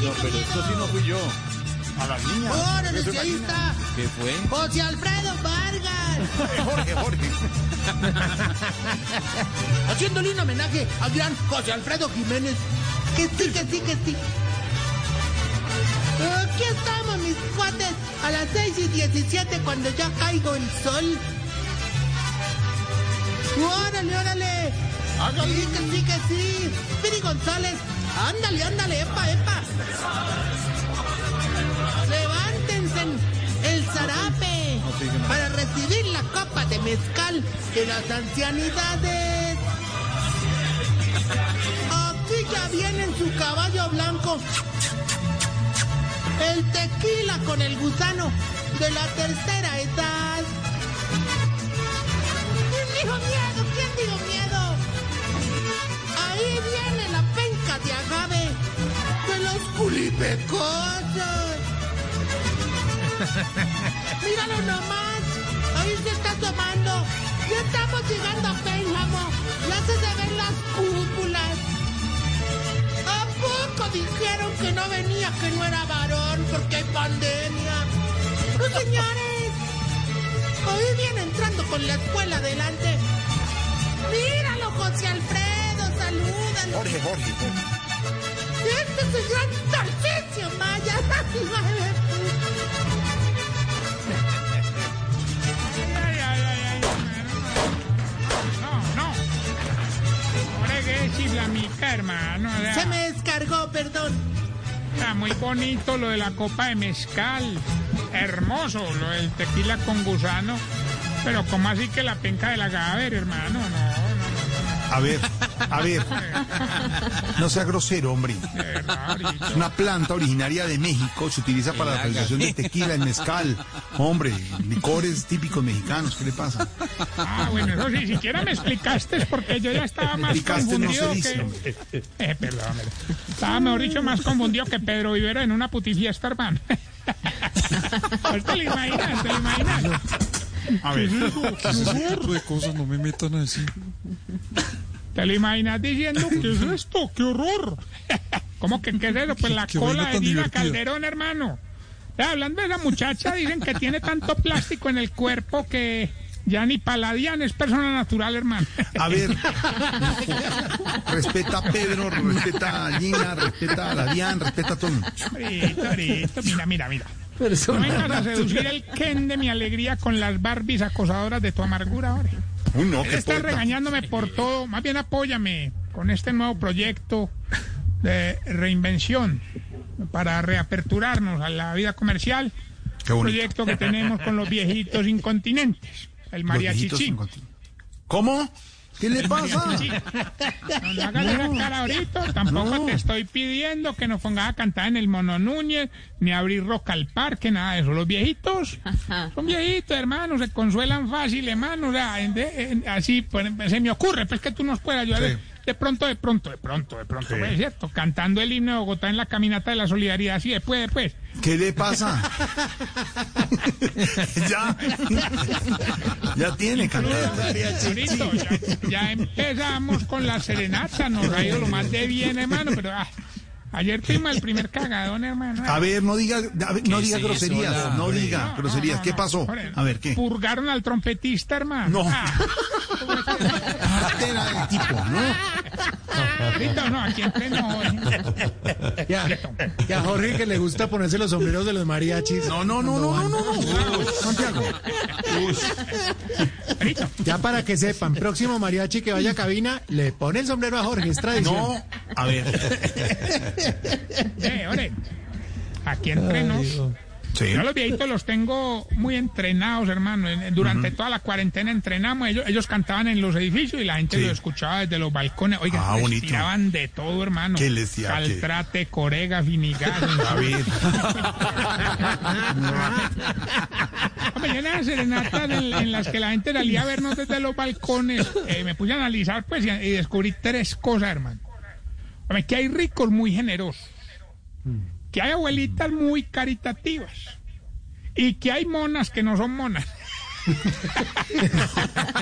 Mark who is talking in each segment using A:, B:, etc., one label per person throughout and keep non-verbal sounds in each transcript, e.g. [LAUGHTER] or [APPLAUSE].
A: Eso sí no fui yo. A las niñas.
B: ¡Órale,
A: Eso
B: si ahí
A: imagina.
B: está!
C: ¿Qué fue?
B: ¡José Alfredo Vargas!
C: [LAUGHS]
A: Jorge, Jorge.
B: Haciéndole un homenaje al gran José Alfredo Jiménez. Que sí, que sí, que sí. Aquí estamos, mis cuates, a las 6 y 17 cuando ya caigo el sol. ¡Órale, órale!
A: Hágale.
B: Sí, que sí, que sí. Piri González, ándale, ándale, epa, epa. Levántense el zarape
A: sí, que no.
B: para recibir la copa de mezcal de las ancianidades. Aquí ya viene en su caballo blanco. El tequila con el gusano de la tercera edad. ¿Quién dijo miedo? ¿Quién dijo miedo? Ahí viene la penca de agave de los culipecosos. Míralo nomás, ahí se está tomando. Ya estamos llegando a Pénjamo, ya se se ven las cúpulas. ¿A poco dijeron que no venía, que no era varón, porque hay pandemia? No, señores, hoy viene entrando con la escuela adelante. Míralo, José Alfredo, salúdalo.
A: Jorge, Jorge.
B: Este es el gran Tarcisio Maya. [LAUGHS]
D: Ay, ay, ay, ay, hermano. No, no. Ahora hay que decirle a mi hermano. o sea,
B: Se me descargó, perdón.
D: Está muy bonito lo de la copa de mezcal. Hermoso lo del tequila con gusano. Pero ¿cómo así que la penca del agave, hermano? No, no,
A: A ver, a ver. No sea grosero, hombre.
D: no, de verdad, ahorita.
A: Es una planta originaria de México. Se utiliza para la fabricación de tequila, el mezcal. Hombre, licores típicos mexicanos. ¿Qué le pasa?
D: Ah, bueno, eso ni siquiera me explicaste porque yo ya estaba más
A: Explicaste, no se
D: confundido
A: dice,
D: que... Eh, perdón, perdón. Estaba, mejor dicho, más confundido que Pedro Vivero en una putifiesta, hermano. [LAUGHS] ¿Te lo imaginas? ¿Te lo imaginas?
A: A ver.
E: tipo de cosas no me metan así.
D: ¿Te lo imaginas diciendo
E: [LAUGHS]
D: qué es esto? ¡Qué horror! ¿Cómo que qué es eso? Pues la
E: Qué
D: cola
E: vaina
D: de
E: tan
D: Dina
E: divertida.
D: Calderón, hermano. Eh, hablando de esa muchacha, dicen que tiene tanto plástico en el cuerpo que ya ni Paladian es persona natural, hermano.
A: A ver, respeta a Pedro, respeta a Gina, respeta a la Dian, respeta a todo. el mundo.
D: Ahorita, ahorita, mira, mira, mira. no vengas a seducir el Ken de mi alegría con las Barbies acosadoras de tu amargura ahora.
A: Uy, no, qué
D: Estás
A: poeta.
D: regañándome por todo. Más bien apóyame con este nuevo proyecto de reinvención para reaperturarnos a la vida comercial.
A: Qué bonito.
D: Proyecto que tenemos con los viejitos incontinentes. El
A: Los
D: María
A: viejitos
D: Chichi.
A: sin continu- ¿Cómo? ¿Qué le pasa?
D: No, no hagas esa cara ahorita, tampoco
A: No.
D: te estoy pidiendo que nos pongas a cantar en el Mono Núñez, ni a abrir roca al parque, nada de eso. Los viejitos son viejitos, hermano, se consuelan fácil, hermano. O sea, en- de- en- así pues, se me ocurre, pues que tú nos puedas ayudar.
A: Sí.
D: De pronto, de pronto, de pronto, de pronto,
A: Sí.
D: pues, es cierto, cantando el himno de Bogotá en la caminata de la solidaridad, así después, después.
A: ¿Qué le [LAUGHS] pasa? ya. ya tiene cantar.
D: Ahorita, ya, ya empezamos con la serenata, nos ha ido lo más de bien, hermano, pero ah, ayer tuvimos el primer cagadón, hermano.
A: A ver, no diga, a ver, no
C: ¿Qué
A: diga
C: es eso,
A: groserías,
C: la-
A: no diga
D: No,
A: groserías.
D: no,
A: ¿Qué
D: no,
A: pasó?
D: Jorge,
A: A ver, ¿qué?
D: Purgaron al trompetista, hermano.
A: No.
D: Ah,
A: Cartera del tipo, ¿no?
D: ahorita no, aquí eh, entre nos.
F: Ya, ya Jorge que le gusta ponerse los sombreros de los mariachis.
A: No, no, no, no, no, no, no. Santiago.
D: Ahorita.
F: Ya para que sepan, próximo mariachi que vaya a cabina, le pone el sombrero a Jorge, es tradición.
A: No, a ver.
D: Eh, ore. Aquí entre nos.
A: Sí.
D: Yo a los viejitos los tengo muy entrenados, hermano. En- en- Durante toda la cuarentena entrenamos. Ellos, ellos cantaban en los edificios y la gente
A: Sí.
D: los escuchaba desde los balcones. Oigan,
A: Ah,
D: les
A: bonito.
D: tiraban de todo, hermano.
A: ¿Qué les decía? ¿Qué?
D: Caltrate,
A: [LAUGHS]
D: corega, finigas.
A: A ver.
D: Hombre, yo en las serenatas en, en las que la gente salía a vernos desde los balcones, eh, me puse a analizar pues y, y descubrí tres cosas, hermano. Hombre, que hay ricos muy generosos,
A: Mm.
D: que hay abuelitas muy caritativas y que hay monas que no son monas. [LAUGHS]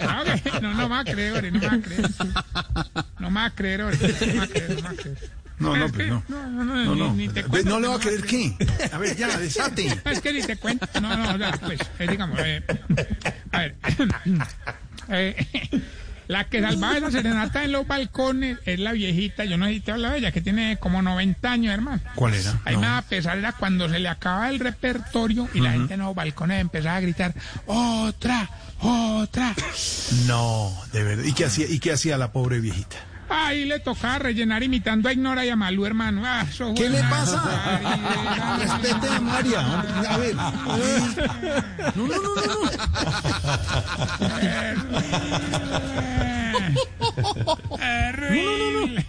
D: Ah, ok, no, no me va a creer, Ore, no me va a creer. No me va a creer, Ore, no me va a creer, no me va a creer.
A: No, no,
D: Es que-
A: pero no.
D: no, no, no,
A: No, no.
D: ni- ni te
A: Ve,
D: cuento,
A: ¿No le va a
D: no,
A: querer qué? A ver, ya, desate.
D: Es que ni te cuento. No, no, no, pues, eh, digamos, eh, a ver. [CLEARS THROAT] eh, la que salvaba esa serenata en los balcones es la viejita, yo no sé si te hablaba de ella, que tiene como 90 años, hermano.
A: ¿Cuál era?
D: Ahí me va a pesar era cuando se le acaba el repertorio y la gente en los balcones empezaba a gritar, otra, otra.
A: No, de verdad. ¿Y qué hacía, y qué hacía la pobre viejita?
D: Ahí le tocaba rellenar imitando a Ignora y a Malú, hermano. Ah, eso
A: ¿Qué
D: fue
A: le
D: una
A: pasa?
D: barbaridad.
A: Respete a María. A ver. No, no, no, no. no.
D: Terrible.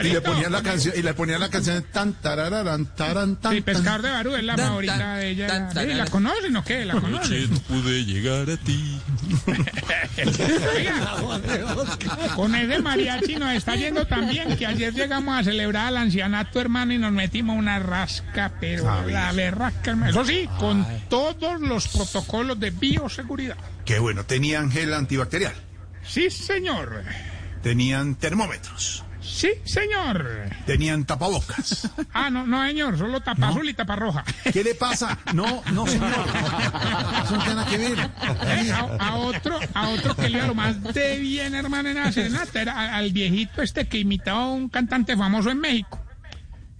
A: Y le ponían la canción, y le ponían la canción tan tarararán, taran, tan,
D: Sí,
A: tan.
D: Pescador de Barú es la
C: Tan,
D: favorita
C: tan,
D: de ella.
C: tan, tan,
D: Sí, ¿La
C: tan. Pues
D: conocen o qué? ¿La
E: Anoche
D: conocen?
E: no pude llegar a ti.
D: Oiga, con ese mariachi nos está yendo también que ayer llegamos a celebrar al ancianato, hermano, y nos metimos una rasca, pero la berrasca, hermano. Eso sí, con todos los protocolos de bioseguridad.
A: Qué bueno, tenían gel antibacterial,
D: Sí, señor.
A: tenían termómetros,
D: Sí, señor.
A: tenían tapabocas.
D: Ah, no, no, señor, solo tapa azul y tapa roja.
A: ¿Qué le pasa? No, no, señor. Eso no tiene nada que ver.
D: Eh, A, a otro, a otro que le iba lo más de bien, hermano, en la serenata, era a- al viejito este que imitaba a un cantante famoso en México.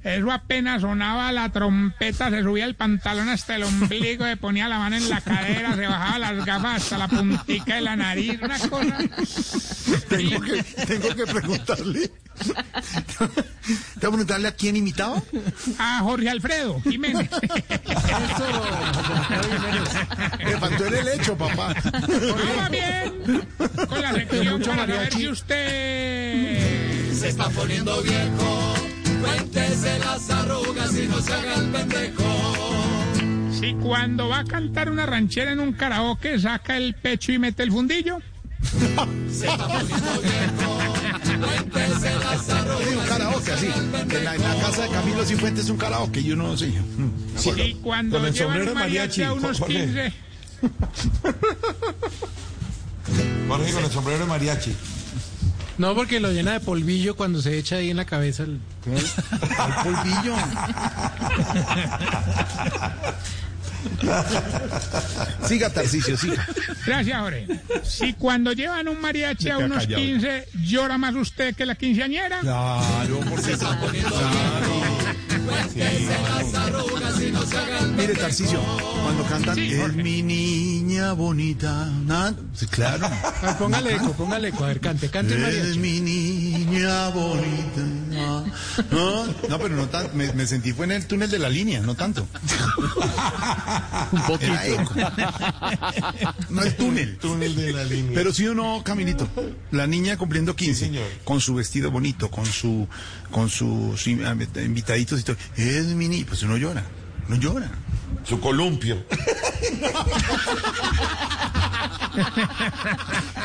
D: Eso apenas sonaba la trompeta, se subía el pantalón hasta el ombligo, se ponía la mano en la cadera, se bajaba las gafas hasta la puntica de la nariz, una cosa.
A: Tengo que, tengo que preguntarle. Tengo que preguntarle a quién imitaba.
D: A Ah, Jorge Alfredo Jiménez.
A: Le faltó el helecho, papá.
D: Vamos bien con la sección para saber si usted...
C: Se está poniendo viejo. Cuéntese las arrugas y no se haga el pendejo.
D: Si cuando va a cantar una ranchera en un karaoke saca el pecho y mete el fundillo.
C: Cuéntese las
A: Sí, un
C: arrugas.
A: karaoke, así. En la, en la casa de Camilo Cifuentes es un karaoke, yo no sé.
D: Y cuando
E: con el
D: llevan
E: sombrero
D: un
E: de
D: mariachi
E: mariachi,
D: a unos
E: ¿cuál es?
D: 15.
G: Jorge con el sombrero de mariachi.
F: No, porque lo llena de polvillo cuando se echa ahí en la cabeza. el-
A: Al polvillo. Siga, Tarcicio, siga.
D: Gracias, Jorge. Si cuando llevan un mariachi a
A: queda
D: unos
A: callado.
D: 15, llora más usted que la quinceañera.
A: Claro, porque Mire, Tarcicio, cuando cantan
D: Sí,
A: Es
D: Jorge.
A: mi niña bonita. na- Sí, Claro.
F: A ver, Ah, póngale eco, póngale eco. A ver, cante, cante el
A: Es
F: mariachi.
A: mi niña bonita. na- No, no, pero no tanto. Me, me sentí fue en el túnel de la línea, no tanto.
F: Un poquito.
A: Era eco. No el túnel.
G: Túnel de la línea.
A: Pero sí o no, Camilito, la niña cumpliendo 15,
G: señor.
A: con su vestido bonito, con su con sus in- invitaditos y todo. Es mi niña, pues uno llora, no llora.
G: Su columpio.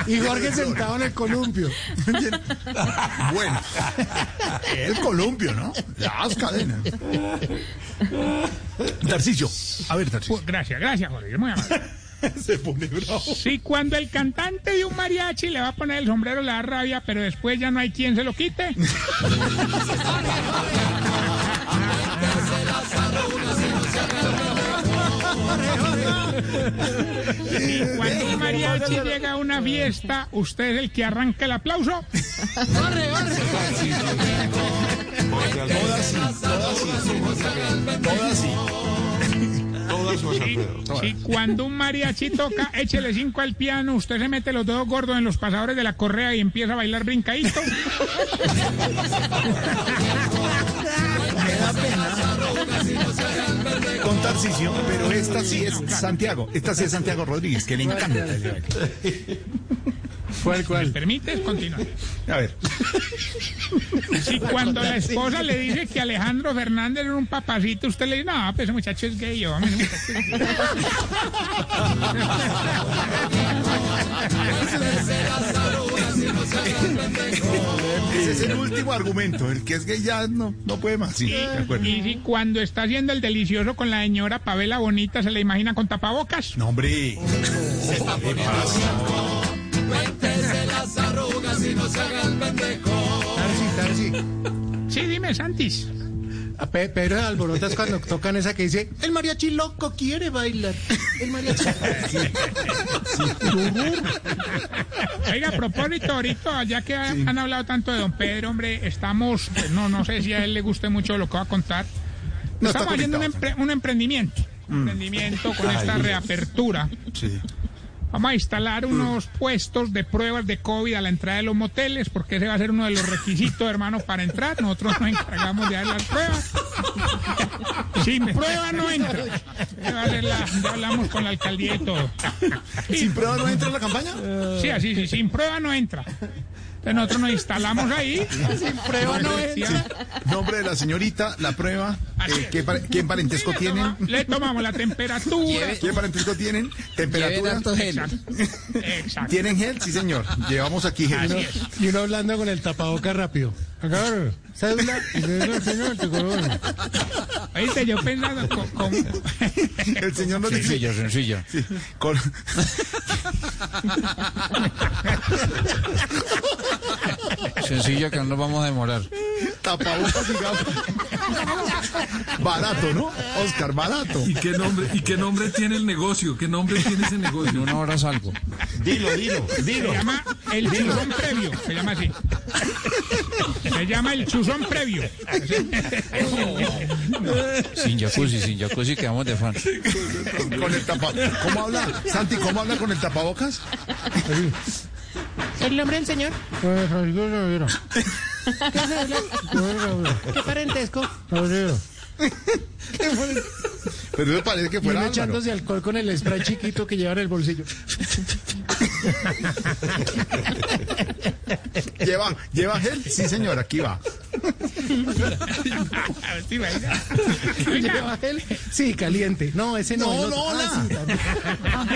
F: Y Jorge sentado en el columpio.
A: Bueno, el columpio, ¿no? Las cadenas. Tarcicio, a ver, Tarcicio.
D: Pues, Gracias, gracias, Jorge. Muy amable.
A: [LAUGHS] Se pone bravo.
D: Si cuando el cantante de un mariachi le va a poner el sombrero, le da rabia, pero después ya no hay quien se lo quite. Y cuando un mariachi llega a una fiesta, usted es el que arranca el aplauso.
G: Jorge Alfredo.
A: Todas sí, todas sí. Todas sí.
G: Todas sus Alfredo.
D: Si cuando un mariachi toca, échele cinco al piano, usted se mete los dedos gordos en los pasadores de la correa y empieza a bailar brincadito.
A: Con Tarcicio, pero esta sí es Santiago. Esta sí es Santiago Rodríguez, que le encanta.
F: ¿Cuál,
D: ¿Me
F: cuál?
D: permites? Continuar.
A: A ver. [LAUGHS]
D: Si cuando la esposa le dice que Alejandro Fernández era un papacito, usted le dice, no, pues ese muchacho es gay, yo, ese muchacho es gay".
A: Ese es el último argumento. El que es gay ya no, no puede más. Sí, [LAUGHS] de acuerdo.
D: Y si cuando está haciendo el delicioso con la señora Pavela Bonita, se le imagina con tapabocas.
A: No, hombre.
C: Cuéntese las arrugas y no se haga el pendejo.
A: Tarcisio,
G: sí.
D: Sí, dime, Santis.
F: A Pe- Pedro de Alborotas cuando tocan esa que dice, el mariachi loco quiere bailar. El mariachi.
D: Oiga, a propósito, ahorita, ya que han, han hablado tanto de don Pedro, hombre, estamos, pues, no, no sé si a él le guste mucho lo que va a contar.
A: No está Mm.
D: estamos haciendo un,
A: conectado.
D: empre- un emprendimiento. Un emprendimiento con esta reapertura.
A: Sí.
D: Vamos a
A: Mm.
D: instalar unos puestos de pruebas de COVID a la entrada de los moteles, porque ese va a ser uno de los requisitos, hermano, para entrar. Nosotros nos encargamos de dar
A: [LAUGHS]
D: las pruebas. Sin prueba no entra. Esa va a ser la- ya hablamos con la alcaldía y todo.
A: ¿Sin prueba no entra en la campaña?
D: Sí, así, sí, sin prueba no entra. Entonces nosotros nos instalamos ahí. Sin prueba no entra.
A: Nombre de la señorita, la prueba,
D: Así
A: eh,
D: es.
A: ¿qué, pare- qué parentesco tienen?
D: Le tomamos la temperatura.
A: ¿Qué parentesco tienen? ¿Temperatura?
D: Exacto. Exacto.
A: ¿Tienen gel? Sí, señor. Llevamos aquí
D: Así
A: gel.
D: es.
F: Y uno hablando con el tapaboca rápido. Acá, cédula, y cédula, señor, te corona.
D: Oíste, yo pensando con- con,
A: El señor no dice.
H: Sencillo, sencillo.
A: Sí, con-
H: Sencillo que no nos vamos a demorar.
A: tapabocas y gafas. Barato, ¿no? Oscar, barato.
E: ¿Y qué nombre, y qué nombre tiene el negocio? ¿Qué nombre tiene ese
H: En
E: negocio?
H: una hora salgo.
G: Dilo, dilo, dilo.
D: Se llama el chuzón previo, se llama así. Se llama el chuzón [LAUGHS] previo.
H: Sin jacuzzi, sin jacuzzi quedamos de fan.
A: [LAUGHS] Con el tapa... ¿Cómo habla? Santi, ¿cómo habla con el tapabocas?
B: ¿El nombre del señor?
F: Pues, Francisco Rivera,
B: ¿Qué cédula? ¿Qué parentesco?
F: Rivera.
A: Pero me parece que
F: Y
A: fuera
F: uno
A: Álvaro.
F: echándose alcohol con el spray chiquito que lleva en el [LAUGHS] bolsillo.
A: ¿Lleva, ¿Lleva gel? Sí, señor, aquí va.
D: Sí, venga.
F: ¿Lleva él? Sí, caliente. No, ese no.
A: No,
F: el otro.
A: no,
F: Ah,
A: no.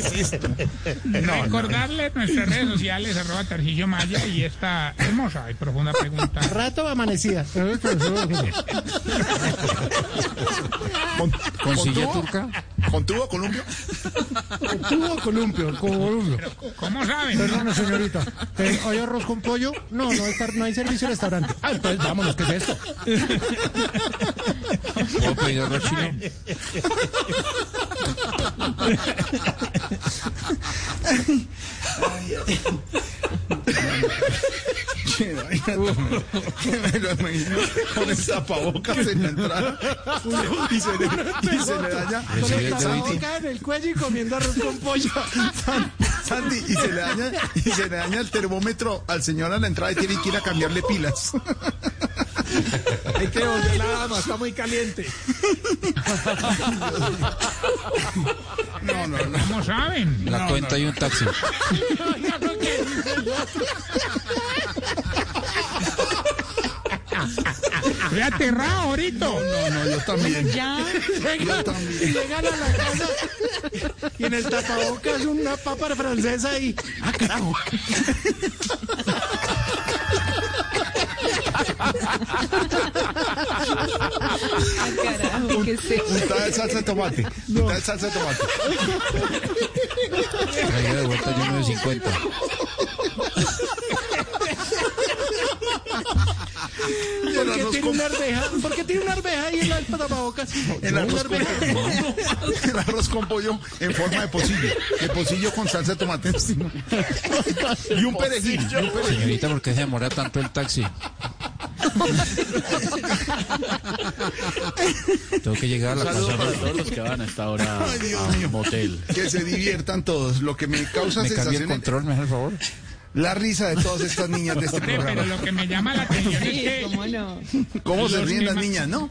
F: sí, también.
B: A ver.
D: Recordarles nuestras redes sociales, arroba Tarcillo Maya y esta hermosa y profunda pregunta.
F: Rato [LAUGHS] amanecida.
A: ¿Con,
H: ¿Con silla
A: tubo?
H: turca?
A: ¿Con tubo, Colombia?
F: Tuvo columpio, con columpio.
D: ¿Cómo saben?
F: Perdón, señorita. Eh, ¿Hay arroz con pollo? No, no, está- no hay servicio de restaurante. Ah, entonces vámonos, ¿qué es esto?
H: ¿Puedo pedir arroz chino?
A: Que me lo imagino [LAUGHS] con el tapabocas en la entrada y se le, y se le daña
F: Con el
H: Presidente Santi.
F: tapaboca en el cuello y comiendo arroz con pollo.
A: Santi y se le daña y se le daña el termómetro al señor a la entrada y tiene que ir a cambiarle pilas.
F: Hay que volver la dama, está muy caliente.
A: No, no, no.
D: ¿Cómo saben?
H: La cuenta y un taxi.
D: Estoy aterrado ahorita.
A: No, no, yo también.
B: Ya.
A: Yo también.
F: Llegan a la casa y en el tapabocas una papa francesa y. ¡Ah, carajo!
B: Ah, carajo, ¿qué es eso?
A: Puntada de salsa de tomate. Puntada de salsa de tomate.
H: Traigo de vuelta yo uno de 50.
A: Y el
F: ¿Por qué
A: arroz
F: tiene
A: con,
F: una arveja? ¿Por qué tiene una arveja ahí en el tapabocas?
A: el arroz
D: pues,
A: con-
D: [LAUGHS]
A: el arroz con pollo en forma de pocillo. De pocillo con salsa de tomate encima. Y un perejil. y un perejil.
H: Señorita, ¿por qué se demora tanto el taxi? Tengo que llegar a la casa.
I: todos los que van a esta hora a
A: Dios mío.
I: un motel.
A: Que se diviertan todos. Lo que me causa
H: ¿Me cambia el
A: sensación es
H: control, me hace el favor?
A: la risa de todas estas niñas de este
D: Pero
A: programa.
D: lo que me llama la atención es
B: Sí, ¿Cómo
D: que
B: no?
A: ¿Cómo se
D: Los
A: ríen las
D: memas.
A: niñas, no?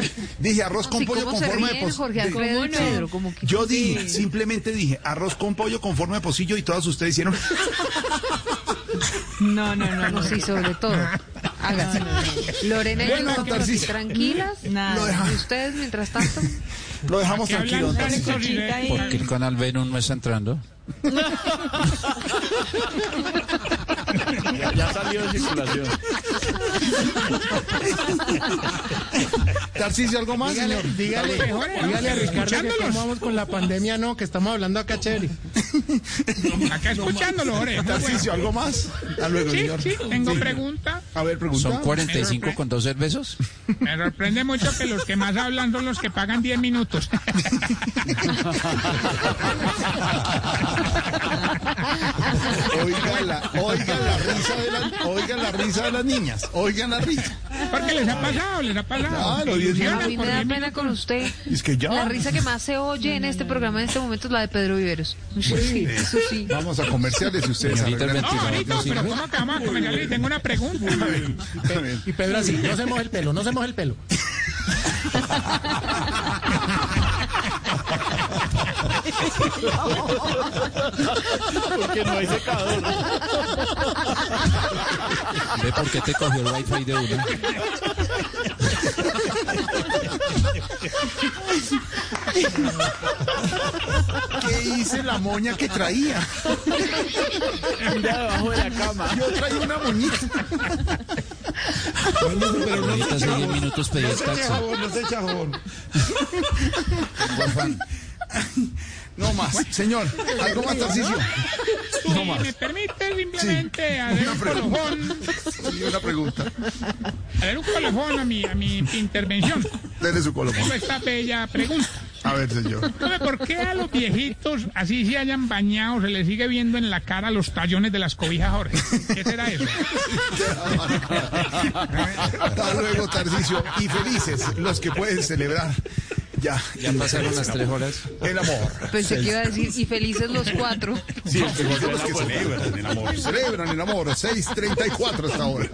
A: [LAUGHS] Dije arroz con
J: Sí,
A: pollo
J: ¿Cómo
A: con
J: se
A: forma de
J: ríen, Jorge
A: pocillo.
J: Alfredo
B: ¿Cómo
J: y
B: no?
J: pues, Pedro? Como que
A: Yo dije, simplemente dije arroz con pollo con forma de pocillo y todas ustedes hicieron.
B: No, no, no, no.
J: no, sí, sobre [LAUGHS] todo. Hágase. Lorena y yo
A: Venga,
J: estamos aquí
A: Tarcisio.
J: tranquilas.
A: Lo deja-
J: Mm, Y ustedes, mientras tanto,
A: Lo dejamos
D: que
A: tranquilo.
D: hablan
A: entonces.
D: tanto si
B: Conchita
D: le-
B: y-
H: ¿Por qué el canal Venom no está entrando?
I: Ya, ya salió de circulación.
A: Tarcisio, ¿algo más?
F: Dígale,
A: señor?
F: dígale,
D: Mejor, ¿no?
F: dígale a Ricardo que
D: Escuchándolos.
F: cómo vamos con la pandemia, no, que estamos hablando acá chévere.
D: Acá escuchándolo, Jorge. muy bueno.
A: Tarcicio, ¿algo más? Hasta luego,
D: Sí,
A: señor.
D: sí, tengo
A: Sí.
D: pregunta.
A: A ver, pregunta.
H: ¿Son 45 con dos cervezos?
D: Me sorprende mucho que los que más hablan son los que pagan 10 minutos.
A: Oigan la, oigan la risa de las, oigan la risa de las niñas, oigan la risa.
D: Porque les ha pasado, les ha pasado.
A: Claro, diez
D: Ilusionan
J: A mí
D: por
J: me da
D: diez
J: pena con usted.
A: Es que ya
J: La risa que más se oye en este programa en este momento es la de Pedro Viveros. Sí, eso sí.
A: vamos a comerciales y ustedes
H: Señorita
A: arreglan-
D: No, ahorita,
H: ¿No
D: pero
H: sirve?
D: ¿cómo acabamos de comenzar? Le Tengo una pregunta.
A: A ver, a ver.
F: Y Pedro así, no se moje el pelo, no se moje el pelo.
I: Porque no hay secador.
H: ¿Ve por qué te cogió el wifi de uno?
A: ¿Qué hice la moña que traía?
I: Mira debajo de la cama.
A: Yo traía una moñita.
H: Ahorita hace 10 minutos pedí el taxi.
A: no se echa Por favor. No más. Señor, algo más Tarcicio.
D: Si me permite simplemente hacer un colofón,
A: Y una pregunta.
D: hacer un colofón a mi, a mi intervención.
A: Dele su colofón.
D: Tengo esta bella pregunta.
A: A ver, señor.
D: Profe, ¿Por qué a los viejitos, así se hayan bañado, se les sigue viendo en la cara los tallones de las cobijas, Jorge? ¿Qué será eso?
A: Hasta luego, Tarcicio. Y felices los que pueden celebrar. Ya.
H: Ya pasaron las 3 horas.
A: El amor.
J: Pensé que iba a decir, y felices los [LAUGHS] cuatro.
A: Sí, los que celebran el amor. Celebran el amor. 6.34 hasta ahora.